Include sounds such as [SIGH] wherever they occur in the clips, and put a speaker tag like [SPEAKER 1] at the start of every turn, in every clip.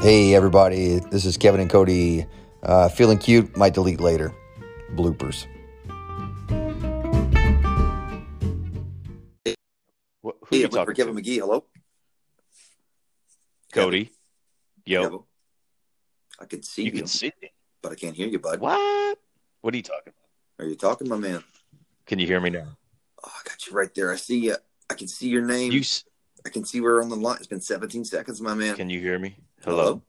[SPEAKER 1] Hey, everybody, this is Kevin and Cody. Uh, feeling cute, might delete later. Bloopers.
[SPEAKER 2] What, who are you talking to?
[SPEAKER 1] McGee, hello?
[SPEAKER 2] Cody. Yo,
[SPEAKER 1] I can see
[SPEAKER 2] you can see me.
[SPEAKER 1] but I can't hear you, bud.
[SPEAKER 2] What? What are you talking about?
[SPEAKER 1] Are you talking, my man?
[SPEAKER 2] Can you hear me now?
[SPEAKER 1] Oh, I got you right there. I see you. I can see your name.
[SPEAKER 2] You s-
[SPEAKER 1] I can see we're on the line. It's been 17 seconds, my man.
[SPEAKER 2] can you hear me? Hello.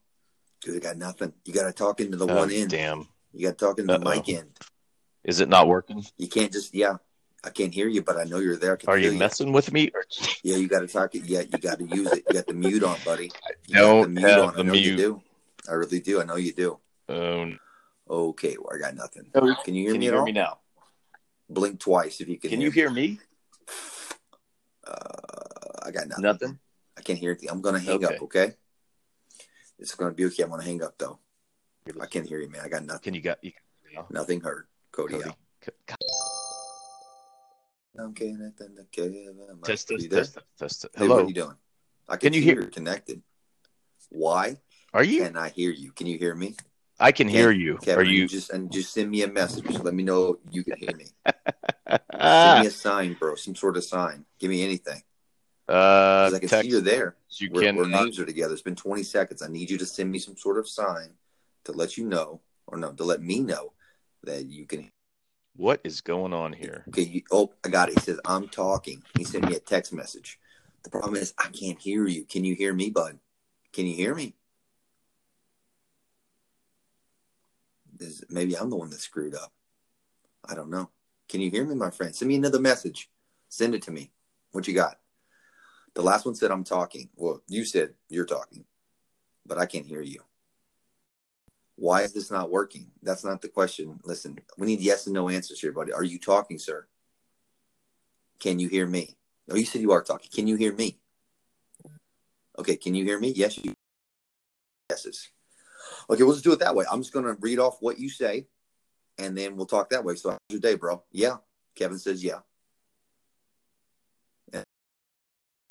[SPEAKER 1] Dude, I got nothing. You got to talk into the
[SPEAKER 2] Oh,
[SPEAKER 1] one end.
[SPEAKER 2] Damn.
[SPEAKER 1] You got to talk into the
[SPEAKER 2] Uh-oh.
[SPEAKER 1] mic end.
[SPEAKER 2] Is it not working?
[SPEAKER 1] You can't just, yeah, I can't hear you, but I know you're there. I can
[SPEAKER 2] Are
[SPEAKER 1] feel
[SPEAKER 2] you messing with me? Or
[SPEAKER 1] Yeah, you got to talk it. Yeah, you got to use it. You got the mute on,
[SPEAKER 2] [LAUGHS]
[SPEAKER 1] buddy. You
[SPEAKER 2] don't
[SPEAKER 1] got the
[SPEAKER 2] have
[SPEAKER 1] I
[SPEAKER 2] the
[SPEAKER 1] know You
[SPEAKER 2] mute.
[SPEAKER 1] do. I really do. I know you do.
[SPEAKER 2] um,
[SPEAKER 1] Okay, well, I got nothing.
[SPEAKER 2] No, you-
[SPEAKER 1] Can you hear
[SPEAKER 2] can
[SPEAKER 1] me
[SPEAKER 2] you
[SPEAKER 1] at
[SPEAKER 2] hear
[SPEAKER 1] all?
[SPEAKER 2] me now?
[SPEAKER 1] Blink twice if you can.
[SPEAKER 2] Can you
[SPEAKER 1] me.
[SPEAKER 2] hear me?
[SPEAKER 1] Uh, I got nothing.
[SPEAKER 2] Nothing.
[SPEAKER 1] I can't hear anything. I'm gonna hang
[SPEAKER 2] Okay.
[SPEAKER 1] up. Okay. It's gonna be okay. I'm gonna hang up though. I can't hear you, man. I got nothing.
[SPEAKER 2] Can you got you? Can,
[SPEAKER 1] Nothing heard. Cody.
[SPEAKER 2] Cody.
[SPEAKER 1] out. Okay, nothing. Okay. I'm-
[SPEAKER 2] Test,
[SPEAKER 1] you
[SPEAKER 2] test,
[SPEAKER 1] there?
[SPEAKER 2] test, test.
[SPEAKER 1] Hey, what
[SPEAKER 2] Hello.
[SPEAKER 1] are you doing? I
[SPEAKER 2] Can you
[SPEAKER 1] see
[SPEAKER 2] hear-
[SPEAKER 1] you're Connected. Why
[SPEAKER 2] Are you?
[SPEAKER 1] can I hear you? Can you hear me?
[SPEAKER 2] I can hear
[SPEAKER 1] Ken-
[SPEAKER 2] you.
[SPEAKER 1] Kevin,
[SPEAKER 2] Are [LAUGHS] you?
[SPEAKER 1] just and just send me a message. Let me know you can hear me. Send
[SPEAKER 2] Ah,
[SPEAKER 1] me a sign, bro. Some sort of sign. Give me anything.
[SPEAKER 2] uh,
[SPEAKER 1] 'Cause I can see
[SPEAKER 2] text.
[SPEAKER 1] you're there.
[SPEAKER 2] You
[SPEAKER 1] We're,
[SPEAKER 2] can. uh,
[SPEAKER 1] we're names are together. It's been 20 seconds. I need you to send me some sort of sign to let you know, or no, to let me know that you can.
[SPEAKER 2] What is going on here?
[SPEAKER 1] Okay, you, oh, I got it. He says I'm talking. He sent me a text message. The problem is I can't hear you. Can you hear me, bud? Can you hear me? Is, maybe I'm the one that screwed up. I don't know. Can you hear me, my friend? Send me another message. Send it to me. What you got? The last one said I'm talking. Well, you said you're talking, but I can't hear you. Why is this not working? That's not the question. Listen, we need yes and no answers here, buddy. Are you talking, sir? Can you hear me? No, you said you are talking. Can you hear me? Okay, can you hear me? Yes, you. Yeses. Okay, we'll just do it that way. I'm just going to read off what you say, and then we'll talk that way. So, how's your day, bro? Yeah. Kevin says, yeah. And,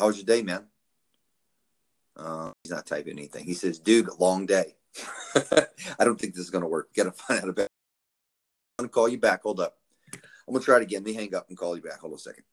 [SPEAKER 1] How was your day, man? Uh, he's not typing anything. He says, dude, long day. [LAUGHS] I don't think this is going to work. Got to find out about I'm going to call you back. Hold up. I'm going to try it again. Let me hang up and call you back. Hold on a second.